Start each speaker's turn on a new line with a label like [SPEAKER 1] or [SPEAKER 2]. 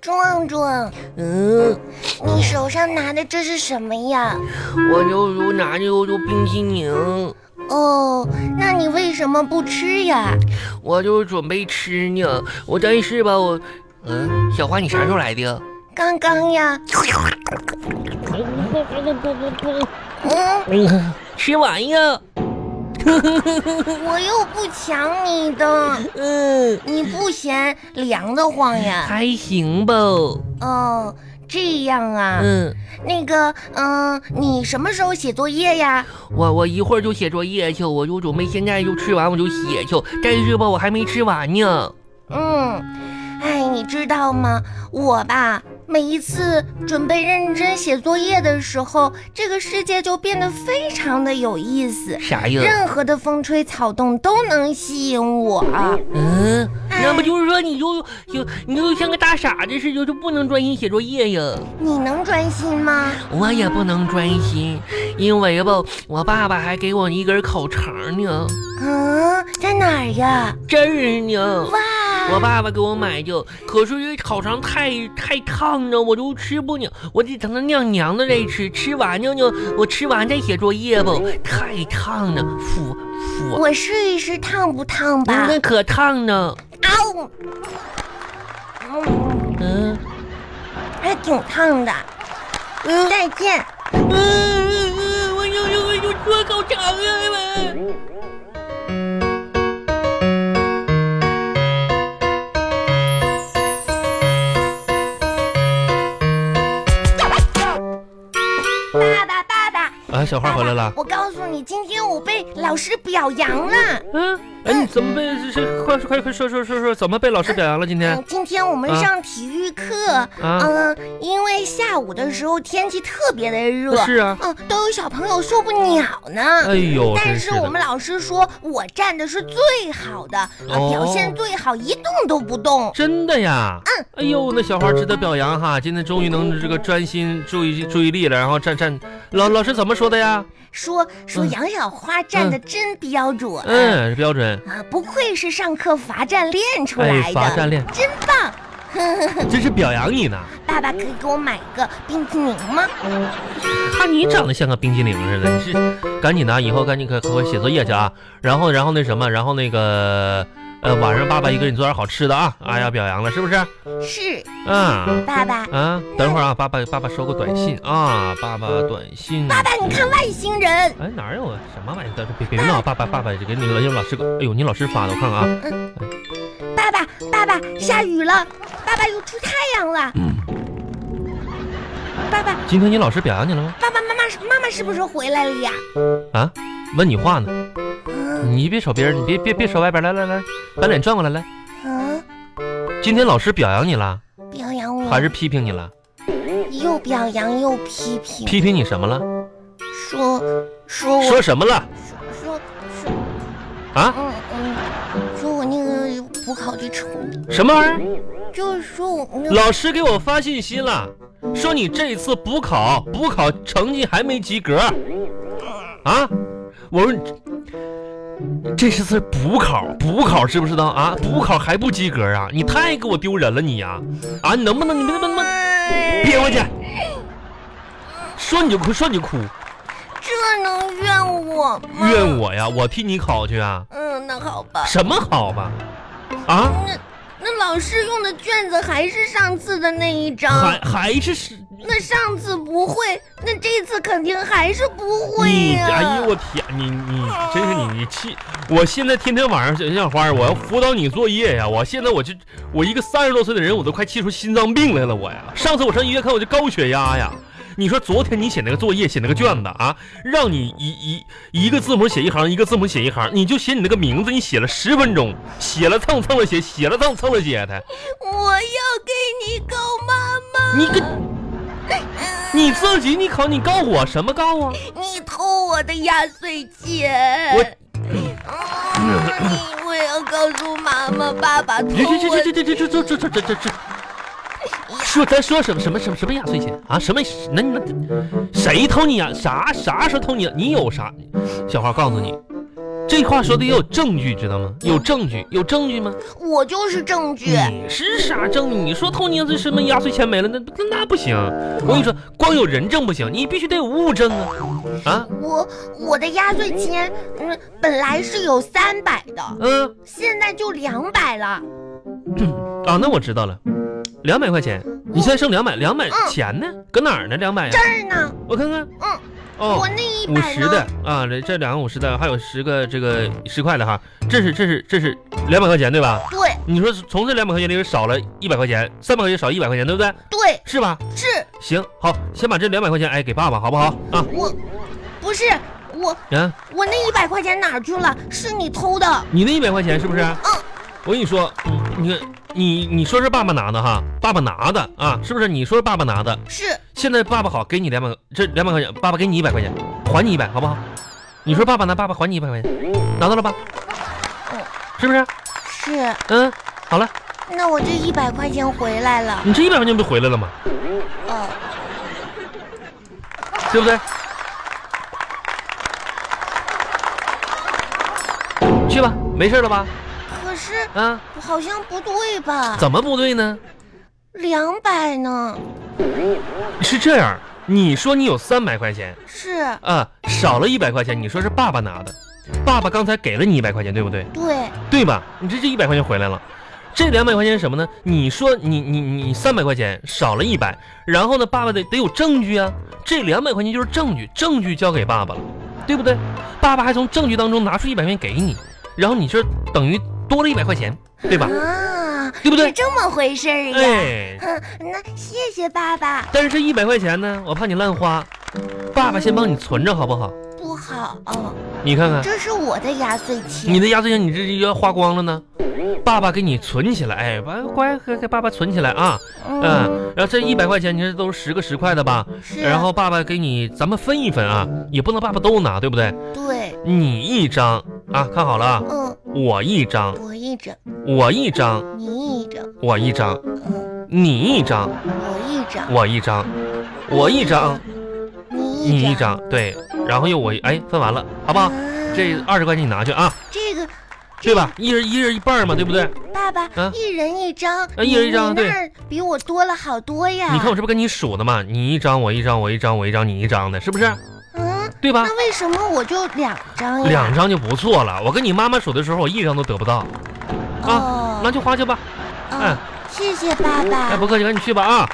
[SPEAKER 1] 壮壮，
[SPEAKER 2] 嗯，
[SPEAKER 1] 你手上拿的这是什么呀？
[SPEAKER 2] 我就就拿着就冰激凌，
[SPEAKER 1] 哦，那你为什么不吃呀？
[SPEAKER 2] 我就准备吃呢。我但是吧，我，嗯，小花你啥时候来的？
[SPEAKER 1] 刚刚呀，嗯，
[SPEAKER 2] 嗯，吃完呀。
[SPEAKER 1] 我又不抢你的，
[SPEAKER 2] 嗯，
[SPEAKER 1] 你不嫌凉得慌呀？
[SPEAKER 2] 还行吧。
[SPEAKER 1] 哦，这样啊，
[SPEAKER 2] 嗯，
[SPEAKER 1] 那个，嗯、你什么时候写作业呀？
[SPEAKER 2] 我我一会儿就写作业去，我就准备现在就吃完我就写去。但是吧，我还没吃完呢。
[SPEAKER 1] 嗯，哎，你知道吗？我吧，每一次准备认真写作业的时候，这个世界就变得非常的有意思，
[SPEAKER 2] 啥呀？
[SPEAKER 1] 任何的风吹草动都能吸引我。啊
[SPEAKER 2] 嗯，那不就是说你就就你就像个大傻子似的，就不能专心写作业呀？
[SPEAKER 1] 你能专心吗？
[SPEAKER 2] 我也不能专心，因为吧，我爸爸还给我一根烤肠呢，
[SPEAKER 1] 嗯，在哪儿呀？
[SPEAKER 2] 这儿呢。我
[SPEAKER 1] 哇，
[SPEAKER 2] 爸爸给我买的，可是这烤肠太太烫了，我就吃不了，我得等它晾凉了再吃。吃完了呢，我吃完再写作业吧，太烫了，腐腐，
[SPEAKER 1] 我试一试烫不烫吧。
[SPEAKER 3] 嗯
[SPEAKER 2] 那可烫了。
[SPEAKER 1] 啊呜，嗯，
[SPEAKER 2] 嗯
[SPEAKER 1] 还挺烫的。嗯，再见。
[SPEAKER 2] 嗯嗯嗯，我又又又做烤肠了。
[SPEAKER 1] 爸爸，爸爸，
[SPEAKER 3] 啊，小呃花回
[SPEAKER 1] 爸
[SPEAKER 3] 来了
[SPEAKER 1] 爸。我告诉你，今天我被老师表扬了。
[SPEAKER 3] 嗯，哎，你怎么被这这快快快说说说说，怎么被老师表扬了？今天
[SPEAKER 1] 嗯，今天我们
[SPEAKER 3] 啊
[SPEAKER 1] 上体育课，
[SPEAKER 3] 啊，
[SPEAKER 1] 嗯，因为下午的时候天气特别的热，
[SPEAKER 3] 是啊，
[SPEAKER 1] 嗯，都有小朋友受不了呢。
[SPEAKER 3] 哎呦，
[SPEAKER 1] 但
[SPEAKER 3] 真
[SPEAKER 1] 是我
[SPEAKER 3] 的
[SPEAKER 1] 们老师说，我站的是最好的，啊，
[SPEAKER 3] 哦
[SPEAKER 1] 表现最好，一动都不动。
[SPEAKER 3] 真的呀！
[SPEAKER 1] 嗯，
[SPEAKER 3] 哎呦，那小花值得表扬哈，今天终于能这个专心注意注意力了，然后站站。老老师怎么说的呀？
[SPEAKER 1] 说说
[SPEAKER 3] 嗯
[SPEAKER 1] 杨小花站的真标准，
[SPEAKER 3] 嗯，标准。
[SPEAKER 1] 啊，不愧是上课罚站练出
[SPEAKER 3] 哎
[SPEAKER 1] 来，的，
[SPEAKER 3] 罚站练，
[SPEAKER 1] 真棒！
[SPEAKER 3] 真是表扬你呢。
[SPEAKER 1] 爸爸可以给我买个冰淇淋吗？
[SPEAKER 3] 看你长得像个冰激凌似的，你是赶紧的啊，以后赶紧给给我写作业去啊。然后，然后那什么，然后那个，呃，晚上爸爸一个人做点好吃的啊。
[SPEAKER 1] 嗯
[SPEAKER 3] 哎呀，表扬了是不是？
[SPEAKER 1] 是，
[SPEAKER 3] 嗯
[SPEAKER 1] 爸爸，
[SPEAKER 3] 啊，等会儿啊，爸爸爸爸收个短信啊，爸爸短信。
[SPEAKER 1] 嗯爸爸，你看外星人，
[SPEAKER 3] 哎，哪有啊？什么玩意儿？别别别闹！爸爸爸爸，这给你老老师个，哎呦，你老师发的，我看看啊。
[SPEAKER 1] 爸爸，爸爸，下雨了，爸爸又出太阳了，
[SPEAKER 3] 嗯，
[SPEAKER 1] 爸爸，
[SPEAKER 3] 今天你老师表扬你了吗？
[SPEAKER 1] 爸爸妈妈是妈妈是不是回来了呀？
[SPEAKER 3] 啊，问你话呢，
[SPEAKER 1] 嗯
[SPEAKER 3] 你别瞅别人，你别别别瞅外边，来来来，把脸转过来来。
[SPEAKER 1] 嗯，
[SPEAKER 3] 今天老师表扬你了，
[SPEAKER 1] 表扬
[SPEAKER 3] 还
[SPEAKER 1] 我，
[SPEAKER 3] 是批评你了？
[SPEAKER 1] 又表扬又批评，
[SPEAKER 3] 批评你什么了？
[SPEAKER 1] 说说我
[SPEAKER 3] 说什么了？
[SPEAKER 1] 说说说
[SPEAKER 3] 啊
[SPEAKER 1] 嗯嗯，说我那个补考的成绩，
[SPEAKER 3] 什么玩意
[SPEAKER 1] 就是说我那
[SPEAKER 3] 儿？老师给我发信息了，说你这次补考补考成绩还没及格。啊？我说你这是次补考，补考知不知道啊？补考还不及格啊？你太给我丢人了你呀、啊！你能不能你别别别
[SPEAKER 1] 哎
[SPEAKER 3] 憋回去？说你就哭，说你就哭，
[SPEAKER 1] 这能怨我吗？
[SPEAKER 3] 怨我呀！我替你考去啊？
[SPEAKER 1] 嗯，那好吧。
[SPEAKER 3] 什么好吧？啊？
[SPEAKER 1] 那那老师用的卷子还是上次的那一张
[SPEAKER 3] 还，还是是
[SPEAKER 1] 那上次不会，那这次肯定还是不会
[SPEAKER 3] 你
[SPEAKER 1] 呀、
[SPEAKER 3] 哎呦我天，你你真是你你气！我现在天天晚上小小花儿，我要辅导你作业呀！我现在我就我一个三十多岁的人，我都快气出心脏病来了我呀！上次我上医院看我就高血压呀！你说昨天你写那个作业写那个卷子啊，让你一一一个字母写一行，一个字母写一行，你就写你那个名字，你写了十分钟，写了蹭蹭了写，写了蹭蹭了写的，
[SPEAKER 1] 我要给你告妈妈，
[SPEAKER 3] 你个你自己你考你告我什么告啊？
[SPEAKER 1] 你偷我的压岁钱。
[SPEAKER 3] 我
[SPEAKER 1] 嗯我要告诉妈妈，爸爸偷
[SPEAKER 3] 这这
[SPEAKER 1] 我
[SPEAKER 3] 这这这这这这这这这这这，说咱说什么什么什么什么压岁钱啊？什么那那谁偷你呀、啥啥时候偷你、你有啥？小花告诉你，这话说的也有证据，知道吗？有证据，有证据吗？
[SPEAKER 1] 我就是证据。
[SPEAKER 3] 你是啥证据？你说偷捏这什么压岁钱没了，那那那不行。我跟你说，光有人证不行，你必须得有物证啊！啊，
[SPEAKER 1] 我我的压岁钱，嗯，本来是有三百的，
[SPEAKER 3] 嗯
[SPEAKER 1] 现在就两百了。
[SPEAKER 3] 啊，那我知道了，两百块钱，你现在剩两百，两百钱呢？搁哪儿呢？两百呀
[SPEAKER 1] 这？儿呢，
[SPEAKER 3] 我看看，
[SPEAKER 1] 嗯，
[SPEAKER 3] 哦
[SPEAKER 1] 我，那一
[SPEAKER 3] 五
[SPEAKER 1] 百
[SPEAKER 3] 十
[SPEAKER 1] 呢？
[SPEAKER 3] 的啊，这这两个五十的，还有十个这个十块的哈，这是这是这是两百块钱对吧？
[SPEAKER 1] 对
[SPEAKER 3] 你说从这两百块钱里少了一百块钱，三百块钱少一百块钱，对不对？
[SPEAKER 1] 对
[SPEAKER 3] 是吧？
[SPEAKER 1] 是，
[SPEAKER 3] 行，好，先把这两百块钱哎给爸爸，好不好？啊，
[SPEAKER 1] 我不是我
[SPEAKER 3] 嗯，
[SPEAKER 1] 我那一百块钱哪儿去了？是你偷的。
[SPEAKER 3] 你那一百块钱是不是？
[SPEAKER 1] 嗯
[SPEAKER 3] 我跟你说，你看你你说是爸爸拿的哈，爸爸拿的啊，是不是？你说是爸爸拿的，
[SPEAKER 1] 是
[SPEAKER 3] 现在爸爸好，给你两百，这两百块钱，爸爸给你一百块钱，还你一百，好不好？你说爸爸拿，爸爸还你一百块钱，拿到了吧？
[SPEAKER 1] 嗯
[SPEAKER 3] 是不是？
[SPEAKER 1] 是，
[SPEAKER 3] 嗯，好了，
[SPEAKER 1] 那我这一百块钱回来了。
[SPEAKER 3] 你这一百块钱不回来了吗？
[SPEAKER 1] 呃，
[SPEAKER 3] 对不对？去吧，没事了吧？
[SPEAKER 1] 可是
[SPEAKER 3] 啊，
[SPEAKER 1] 好像不对吧？
[SPEAKER 3] 怎么不对呢？
[SPEAKER 1] 两百呢？
[SPEAKER 3] 是这样，你说你有三百块钱
[SPEAKER 1] 是
[SPEAKER 3] 啊，少了一百块钱，你说是爸爸拿的，爸爸刚才给了你一百块钱，对不对？
[SPEAKER 1] 对，
[SPEAKER 3] 对吧？你这这一百块钱回来了，这两百块钱是什么呢？你说你你你三百块钱少了一百，然后呢，爸爸得得有证据啊，这两百块钱就是证据，证据交给爸爸了，对不对？爸爸还从证据当中拿出一百块钱给你，然后你这等于多了一百块钱，对吧？
[SPEAKER 1] 啊，
[SPEAKER 3] 对不对
[SPEAKER 1] 是这么回事儿呀。
[SPEAKER 3] 哎，
[SPEAKER 1] 哼，那谢谢爸爸，
[SPEAKER 3] 但是这一百块钱呢，我怕你乱花，爸爸先帮你存着好不好？
[SPEAKER 1] 不好，哦
[SPEAKER 3] 你看看
[SPEAKER 1] 这是我的压岁钱。
[SPEAKER 3] 啊你的压岁钱，你这要花光了呢，爸爸给你存起来，哎，乖乖给给爸爸存起来啊。
[SPEAKER 1] 嗯，
[SPEAKER 3] 嗯，然后这一百块钱，你这都是十个十块的吧？
[SPEAKER 1] 是。
[SPEAKER 3] 嗯
[SPEAKER 1] 啊
[SPEAKER 3] 然后爸爸给你，咱们分一分啊，也不能爸爸都拿，对不对？
[SPEAKER 1] 对，
[SPEAKER 3] 你一张啊，看好了啊，
[SPEAKER 1] 嗯，
[SPEAKER 3] 我一张，
[SPEAKER 1] 我一整，
[SPEAKER 3] 我一张，
[SPEAKER 1] 你一整，
[SPEAKER 3] 我一张，
[SPEAKER 1] 嗯，
[SPEAKER 3] 你一张，
[SPEAKER 1] 我一整，
[SPEAKER 3] 我一张，我一张，
[SPEAKER 1] 你
[SPEAKER 3] 你一
[SPEAKER 1] 一整，
[SPEAKER 3] 张，对，然后又我一，哎，分完了，好不好？
[SPEAKER 1] 啊
[SPEAKER 3] 这二十块钱你拿去啊，
[SPEAKER 1] 这个
[SPEAKER 3] 对吧？一人一人一半嘛，对不对？
[SPEAKER 1] 爸爸
[SPEAKER 3] 啊
[SPEAKER 1] 一人一张，
[SPEAKER 3] 啊一人一张
[SPEAKER 1] 你那儿比我多了好多呀。
[SPEAKER 3] 你看我，这不跟你数呢吗？你一张，我一张，我一张，我一张，你一张的，是不是？
[SPEAKER 1] 嗯，
[SPEAKER 3] 对吧？
[SPEAKER 1] 那为什么我就两张呀？
[SPEAKER 3] 两张就不错了。我跟你妈妈数的时候，我一张都得不到，啊
[SPEAKER 1] 哦，
[SPEAKER 3] 拿去花去吧。
[SPEAKER 1] 嗯，谢谢爸
[SPEAKER 3] 哎，
[SPEAKER 1] 爸。
[SPEAKER 3] 嗯不客气，赶紧去吧啊！